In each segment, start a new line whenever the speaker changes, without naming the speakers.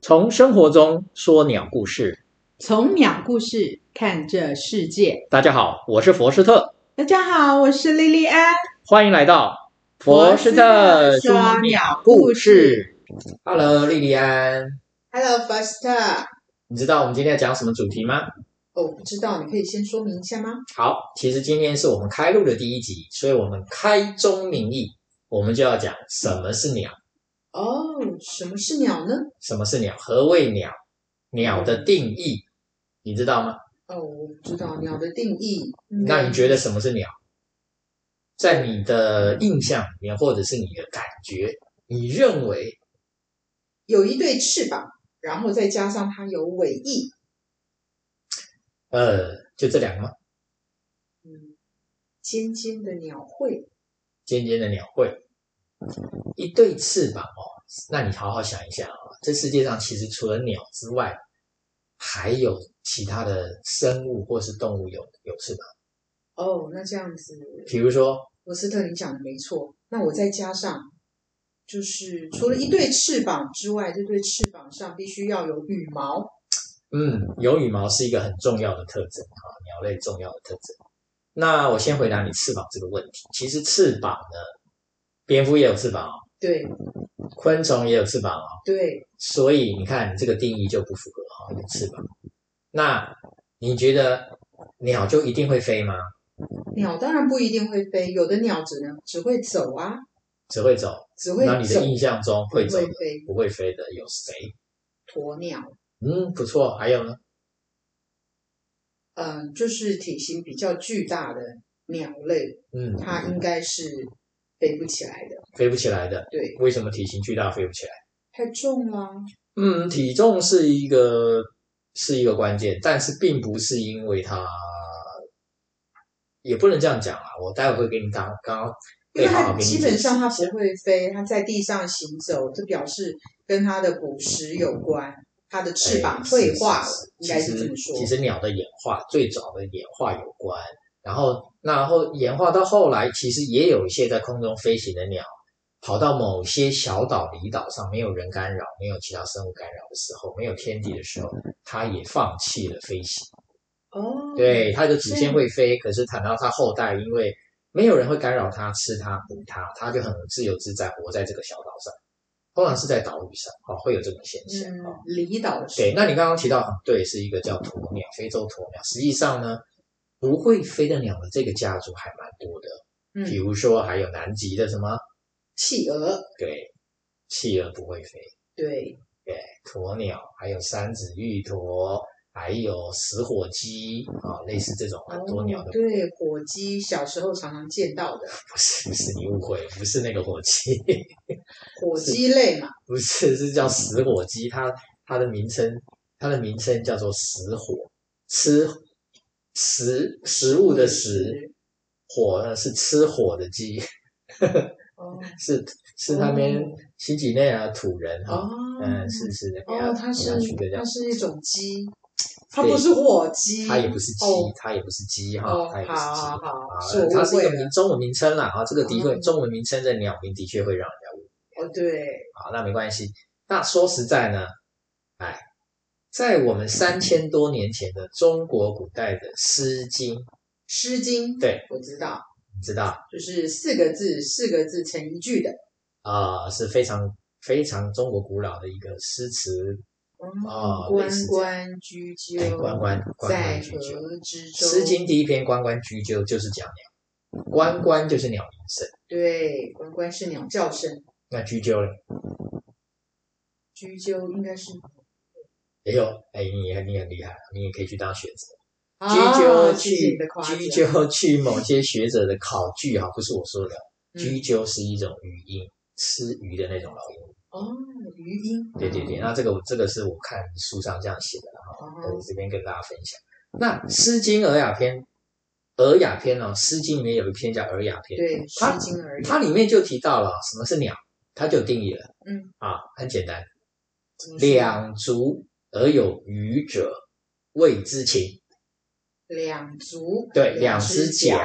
从生活中说鸟故事。
从鸟故事看这世界。
大家好，我是佛斯特，
大家好，我是莉莉安。
欢迎来到斯特说鸟故事。Hello，莉莉安，
Hello, Foster。
你知道我们今天要讲什么主题吗？
哦，我不知道，你可以先说明一下吗？
好，其实今天是我们开录的第一集，所以我们开宗明义，我们就要讲什么是鸟，
哦，什么是鸟呢？
什么是鸟，何谓鸟，鸟的定义，你知道吗？
哦，我不知道鸟的定义。嗯
那你觉得什么是鸟？在你的印象里面，或者是你的感觉，你认为
有一对翅膀，然后再加上它有尾翼。
呃，就这两个吗？
嗯，尖尖的鸟喙。
尖尖的鸟喙，一对翅膀哦。那你好好想一下啊、哦，这世界上其实除了鸟之外，还有其他的生物或是动物有有翅膀，
哦，那这样子，
比如说
罗斯特，你讲的没错。那我再加上，就是除了一对翅膀之外，这对翅膀上必须要有羽毛。
嗯，有羽毛是一个很重要的特征啊，鸟类重要的特征。那我先回答你翅膀这个问题。其实翅膀呢，蝙蝠也有翅膀哦，
对
昆虫也有翅膀哦，
对，
所以你看这个定义就不符合啊、哦，有翅膀。那你觉得鸟就一定会飞吗？
鸟当然不一定会飞，有的鸟只能只会走啊，
只会走？
只会
那你
走
的，印象中
不
会走的
飞。
不会飞的有谁？
鸵鸟，
嗯，不错。还有呢？
嗯，就是体型比较巨大的鸟类，
嗯，
它应该是飞不起来的。
飞不起来的。
对，
为什么体型巨大飞不起来？
太重了。
嗯，体重是一个是一个关键，但是并不是因为它，也不能这样讲啊。我待会会给你刚刚刚
因
对
为
好
它
好给你
基
解
本
释
上它不会飞，它在地上行走，这表示跟它的捕食有关，它的翅膀退化了，应
哎其
该是
实
这么说。
其实鸟的演化最早的演化有关，然后那然后演化到后来，其实也有一些在空中飞行的鸟，跑到某些小岛、离岛上，没有人干扰，没有其他生物干扰的时候，没有天敌的时候，它也放弃了飞行。
哦，
对，它就只先会飞，可是谈到它后代，因为没有人会干扰它、吃它、捕它，它就很自由自在活在这个小岛上。通常是在岛屿上，哦，会有这种现象。
嗯
哦，
离岛的时
对，那你刚刚提到很对，是一个叫鸵鸟，非洲鸵鸟。实际上呢，不会飞的鸟的这个家族还蛮多的，
嗯，
比如说还有南极的什么，
企鹅，
对，企鹅不会飞，
对，
对，鸵鸟，还有三趾玉鸵，还有食火鸡啊、类似这种很多鸟
哦
的，
对，火鸡小时候常常见到的
不是不是你误会，不是那个火鸡，
火鸡类嘛，
不是是
嗯
叫食火鸡，它它的名称它的名称叫做食火，吃食食物的食。火呢是吃火的鸡，
哦
是是他们新几内亚土人哈、
哦，
嗯，是是那边
哦，它是
去的这
它
样，
是一种鸡，它
对
不是火鸡，
它也不是鸡
哦，
它也不是鸡
哦
哈，，它也不是鸡
好好
啊，
好，是我
它
误
是一
会
个
了
名，中文名称啦啊，这个的确
哦
中文名称的鸟名的确会让人家误
哦，对，
啊，那没关系。那说实在呢，哎，在我们三千多年前的中国古代的《诗经》，
《诗经》
对，
我知道，
你知道
就是四个字，四个字成一句的。
啊、是非常非常中国古老的一个诗词哦
关
类似这样
关雎鸠，
哎关关关
在
关雎鸠，
河之
《
洲。
诗经》第一篇《关关雎鸠》就是讲鸟，关关就是鸟鸣声，
对，关关是鸟叫声，
那雎鸠嘞
雎鸠应该是
也有，哎，你也你很厉害，你也可以去当学者。
啊
雎鸠
谢谢你的夸
去，
奖
雎鸠去某些学者的考据哈，不是我说的，
嗯
雎鸠是一种语音，吃鱼的那种老鹰。
哦，余音，
对对对，那这个我这个是我看书上这样写的哈，
哦，
我这边跟大家分享。那《诗经·尔雅篇》，尔雅篇》哦，《诗经》里面有一篇叫《尔雅篇》，
对，
它
诗经而已。
它里面就提到了什么是鸟，它就有定义了。
嗯，
啊，很简单，
怎么说
两足而有余者，谓之禽。
两足，
对，两
两
只脚
脚，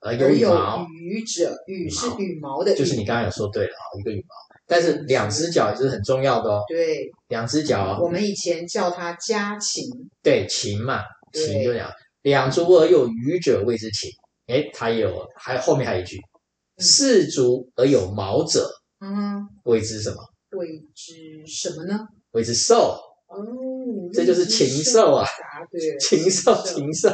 而有
而
羽
有
毛，
羽者，羽
羽
是
毛
羽毛的羽，
就是你刚刚有说对了啊，一个羽毛。但是两只脚也是很重要的哦，
对，
两只脚哦
我们以前叫它家禽，
对，禽嘛，
对
禽就两两足而有余者谓之禽。诶，它也有，还后面还有一句，
嗯
四足而有毛者
嗯，
谓之什么？
谓之什么呢？
谓之兽，
哦，
这就是
谓之
禽兽啊
啊，对，
禽兽，禽兽，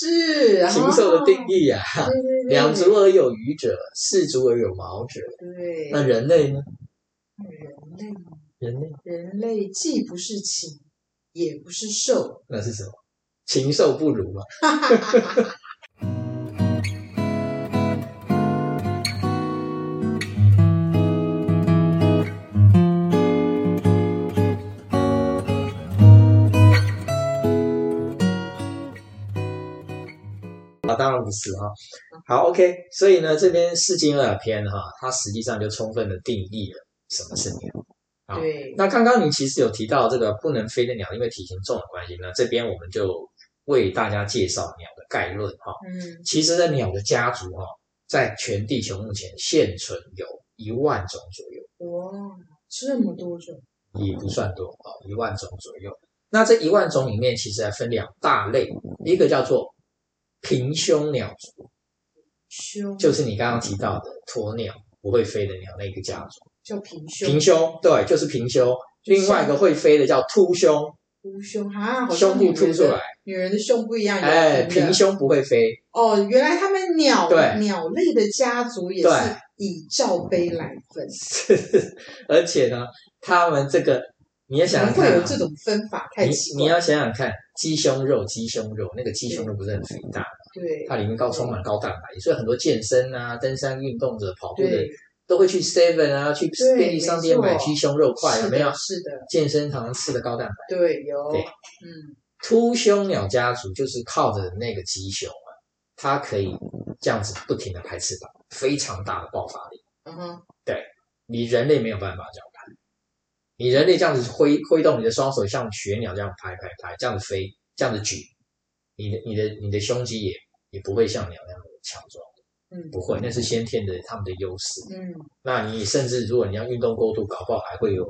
是
禽兽的定，义啊。
哦对对 对，
两足而有余者，四足而有毛者。
对，
那人类呢？
人类
人类
人类既不是禽，也不是兽，
那是什么？禽兽不如嘛。啊，当然不是哈、好，OK，所以呢，这边《诗经二篇》哈、它实际上就充分的定义了什么是鸟。好
对，
那刚刚你其实有提到这个不能飞的鸟，因为体型重的关系呢，这边我们就为大家介绍鸟的概论哈、
嗯，
其实呢，鸟的家族哈、在全地球目前现存有一万种左右，
哇，这么多种，
也不算多啊，一、万种左右。那这一万种里面，其实还分两大类，一个叫做平胸鸟族，
胸
就是你刚刚提到的鸵鸟不会飞的鸟那个家族。
叫平胸，
平胸，对，就是平胸。
就是
另外一个会飞的叫凸胸，
凸胸啊，好
胸
像
部
女
凸
人
出
的
来，
女人的胸不一样，有
哎，
平的
平胸不会飞，
哦，原来他们鸟
对
鸟类的家族也是
对
以罩杯来分，
而且呢，他们这个你要想想
怎么会
看、
有
啊，
这种啊分法？太奇
你你
怪了。
要想想看，鸡胸肉，鸡胸肉那个鸡胸肉不是很肥大，
对
它里面高充满高蛋白，所以很多健身啊、登山运动者、跑步的
对，
都会去 Seven 啊、去
对
便利商店
没错
买鸡胸肉块，有
是
没有
的，？是的，
健身堂吃的高蛋白。
对，有，
对
嗯，
秃胸鸟家族就是靠着那个鸡胸啊，它可以这样子不停的排翅膀，非常大的爆发力。
嗯哼，
你人类没有办法这样拍，你人类这样子挥挥动你的双手，像雪鸟这样拍拍拍，这样子飞，这样子举，你的你的你的胸肌也也不会像鸟那样强壮，
嗯
不会，那是先天的他们的优势。
嗯，
那你甚至如果你要运动过度，搞不好还会有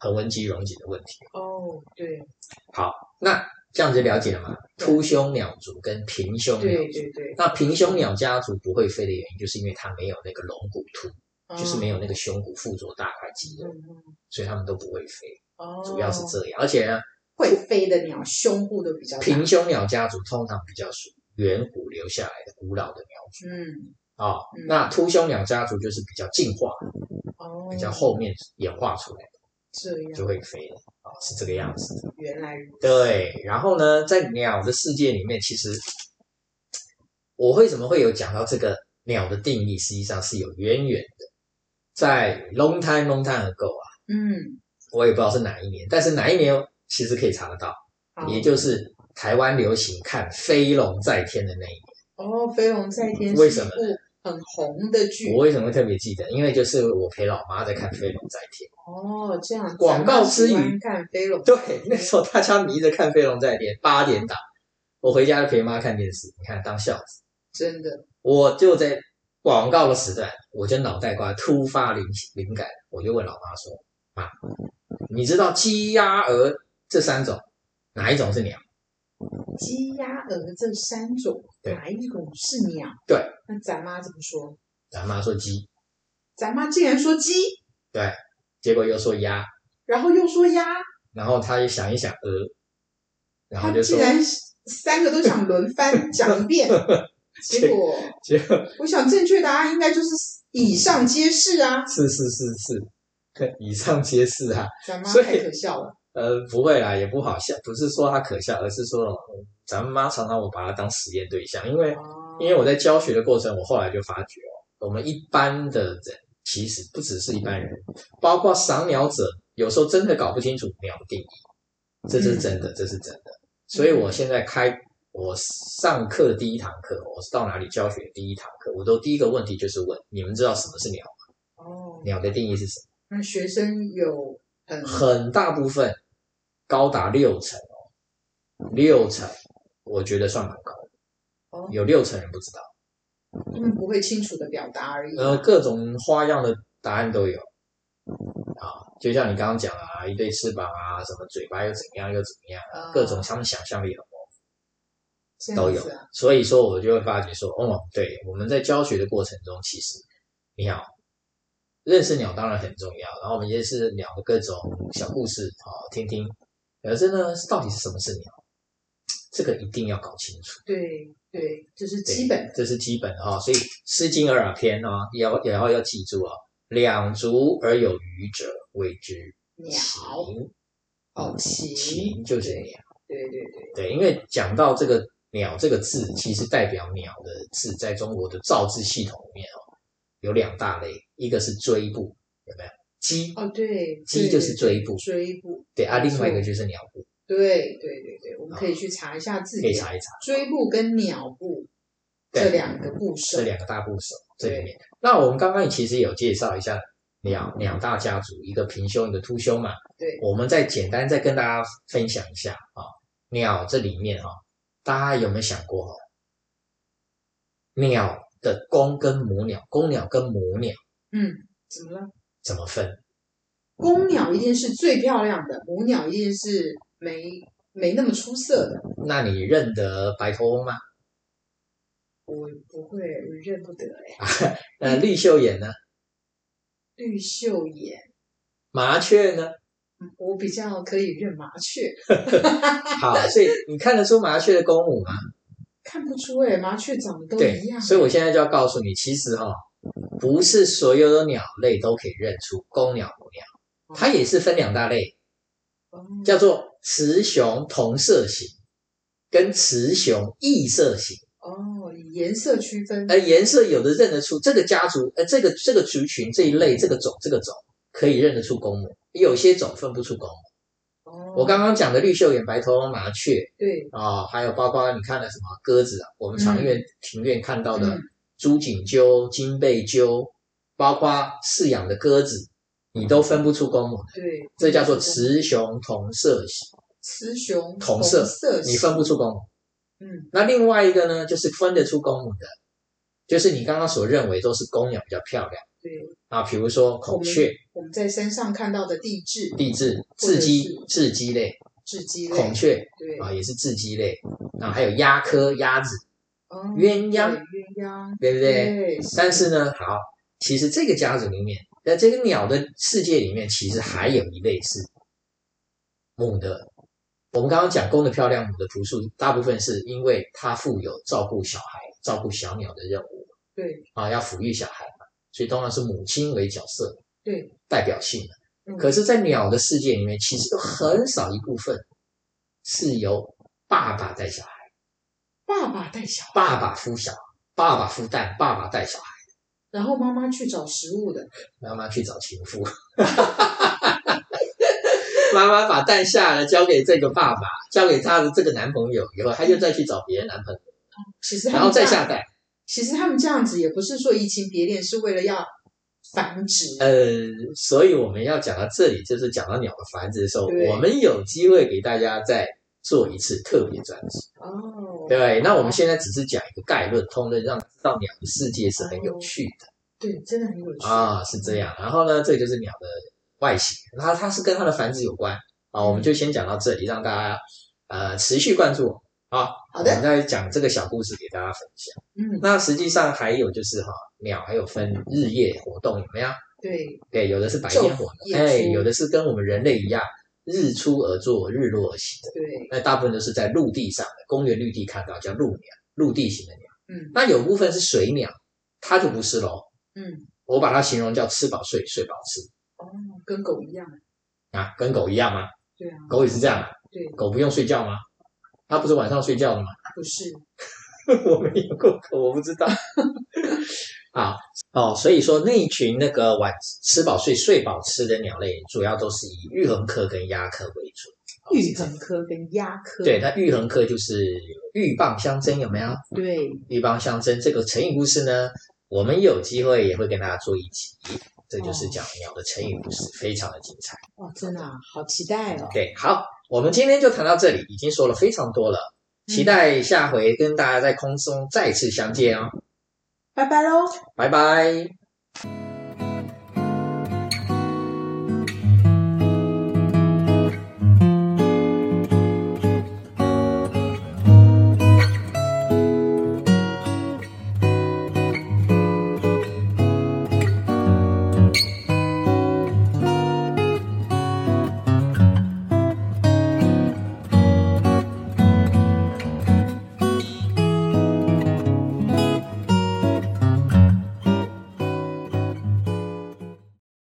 横纹肌溶解的问题。
哦，对，
那这样子了解了吗？凸胸鸟族跟平胸鸟
对
族。
对对，
那平胸鸟家族不会飞的原因，就是因为它没有那个龙骨突，就是没
有，
有那个胸骨附着大块肌肉，
嗯嗯
所以它们都不会飞。
哦，
主要是这样。而且呢，
会飞的鸟胸部都比较大，嗯
平胸鸟家族通常比较属于远古留下来的古老的鸟族
嗯，
啊、哦
嗯
那秃胸鸟家族就是比较进化、
哦，
比较后面演化出来的，
这
就
样，
会飞了啊、哦是这个样子。
原来如此，
对，然后呢，在鸟的世界里面，其实我为什么会有讲到这个鸟的定义，实际上是有渊源的。在 long time long time ago 啊，
嗯，
我也不知道是哪一年，但是哪一年其实可以查得到，
好，
也就是台湾流行看飞龙在天的那一年。
哦，《飞龙在天》
为
是
什
一
么
部很红的剧
我，为什么会特别记得？因为就是我陪老妈在看《飞龙在天
哦，这样
广告之余
喜欢看飞龙》，，
对，那时候大家迷着看《飞龙在天》，八点档，我回家就陪妈看电视，你看当孝子，
真的，
我就在广告的时段，我就脑袋瓜突发灵灵感，我就问老妈说：“妈，你知道鸡、鸭、鹅这三种哪一种是鸟？
鸡、鸭、鹅这三种，
对
哪一种是鸟？
对，
那咱妈怎么说？”
咱妈说鸡，
咱妈竟然说鸡，
结果又说鸭，
然后又说鸭，
然后她就想一想鹅，然后
她
就
竟
说，
然三个都想轮番讲 一遍，结果
结果
我想正确答案应该就是以上皆是啊，
是是是是，对，以上皆是啊。
咱妈
所以
太可笑了，
呃，不会啦，也不好笑，不是说它可笑，而是说嗯咱们妈常常我把它当实验对象，因为
哦
因为我在教学的过程，我后来就发觉哦，我们一般的人其实不只是一般人，包括赏鸟者，有时候真的搞不清楚鸟的定义，这是真的，这是真的。所以我现在开我上课的第一堂课，我是到哪里教学的第一堂课，我都第一个问题就是问你们知道什么是鸟吗？
哦，
鸟的定义是什么？
那学生有很
很大部分高达六成哦，六成，我觉得算蛮高的，
哦
有六成人不知道。
他们不会清楚的表达而已。
呃，各种花样的答案都有。
嗯
啊，就像你刚刚讲啊，一对翅膀啊，什么嘴巴又怎样又怎么样，
啊
各种他们想象力很丰
这
富都
样
有
子啊，。
所以说，我就会发觉说，哦，对，我们在教学的过程中，其实你好，认识鸟当然很重要，然后我们认识鸟的各种小故事啊，听听。可是呢，到底是什么是鸟？这个一定要搞清楚。
对对，这是基本
这是基本的哈、所以《诗经·尔雅篇》啊，也要也要要记住啊，两足而有余者谓之
鸟
禽，
哦，禽
禽就是
对
鸟。
对对对，
对，因为讲到这个“鸟”这个字，其实代表鸟的字，在中国的造字系统里面哦，有两大类，一个是追部，有没有？鸡，
哦对，
鸡就是
对
追捕
追捕，
对啊，另外一个就是鸟部，
对对对对，我们可以去查一下字
可以
典，
查一查
追捕跟鸟捕
对
这两个部首
这，两个大部首这里面。那我们刚刚其实有介绍一下鸟两大家族，一个平胸，一个秃胸嘛。
对，
我们再简单再跟大家分享一下啊、鸟这里面啊、大家有没有想过哦？鸟的公跟母鸟，公鸟跟母鸟
嗯，怎么了？
怎么分？
公鸟一定是最漂亮的，母鸟一定是没没那么出色的。
那你认得白头翁吗？
我不会，我认不得哎。
那绿袖眼呢？
绿袖眼，
麻雀 呢？
我比较可以认麻雀，
好，所以你看得出麻雀的公母吗？
看不出哎，麻雀长得都
对
一样，。
所以我现在就要告诉你，其实哈、不是所有的鸟类都可以认出公鸟、母鸟，它也是分两大类，
哦
叫做雌雄同色型跟雌雄异色型。
哦，以颜色区分
而颜色有的认得出这个家族，呃，这个这个族群这一类这个种这个种可以认得出公母，有些种分不出公母。
哦。
我刚刚讲的绿袖眼、白头翁、麻雀
对
啊、还有包括你看的什么鸽子啊，我们常院、庭院看到的
嗯
朱颈鸠、金背鸠，包括饲养的鸽子，你都分不出公母，
对，
这叫做雌雄同色型，
雌雄
同色
色系
你分不出公母。
嗯
那另外一个呢，就是分得出公母的，就是你刚刚所认为都是公鸟比较漂亮
对。
啊，比如说孔雀、
我们在山上看到的地质
地质、
嗯或者
雉鸡
是、
雉鸡类、
雉鸡类，
孔雀
对
啊，也是雉鸡类，然后还有鸦科、鸭子，
哦
鸳鸯
对鸳鸯
对不对？
对，
但是呢，好，其实这个家族里面，在这个鸟的世界里面，其实还有一类是母的。我们刚刚讲公的漂亮，母的朴素，大部分是因为它负有照顾小孩、照顾小鸟的任务。
对
啊，要抚育小孩嘛，所以通常是母亲为角色
对，
代表性的。
嗯
可是，在鸟的世界里面，其实有很少一部分是由爸爸带小孩，
爸爸带小孩，
爸爸孵小孩，爸爸孵蛋，爸爸带小孩，
然后妈妈去找食物的，
妈妈去找情妇。 妈妈把蛋下了，交给这个爸爸，交给他的这个男朋友，以后他就再去找别的男朋友，
其实他们
然后再
这样
下蛋。
其实他们这样子也不是说移情别恋，是为了要繁殖。
呃，所以我们要讲到这里，就是讲到鸟的繁殖的时候，
对
我们有机会给大家再做一次特别专辑。
哦，
对，那我们现在只是讲一个概论，通论让知道鸟的世界是很有趣的
对，真的很有趣
啊，是这。样。然后呢，这就是鸟的外形，那它是跟它的繁殖有关
嗯
啊。我们就先讲到这里，让大家呃持续关注我们啊。
好的
我们再讲这个小故事给大家分享。
嗯，
那实际上还有就是哈、鸟还有分日夜活动，有没有？
对，
对，有的是白天活
昼
动，
夜
哎，
出
有的是跟我们人类一样，日出而作，日落而息的。
对，
那大部分都是在陆地上的公园绿地看到叫陆鸟，陆地型的鸟。
嗯
那有部分是水鸟，它就不是喽。
嗯，
我把它形容叫吃饱睡，睡饱吃
哦，跟狗一样。
啊，跟狗一样吗？
对啊，
狗也是这样，
对，
狗不用睡觉吗？它不是晚上睡觉的吗？
不是，
我没有过狗，我不知道。 啊哦，所以说那一群那个晚吃饱睡睡饱吃的鸟类，主要都是以玉衡科跟鸦科为主。
玉衡科跟鸦科，
对，那玉衡科就是鹬蚌相争，有没有？
对，
鹬蚌相争这个成语故事呢，我们有机会也会跟大家做一集。这
哦
就是讲鸟的成语故事，非常的精彩。
哇，真的、啊、好期待哦！
对，好，我们今天就谈到这里，已经说了非常多了，期待下回跟大家在空中再次相见哦。
拜拜喽！
拜拜。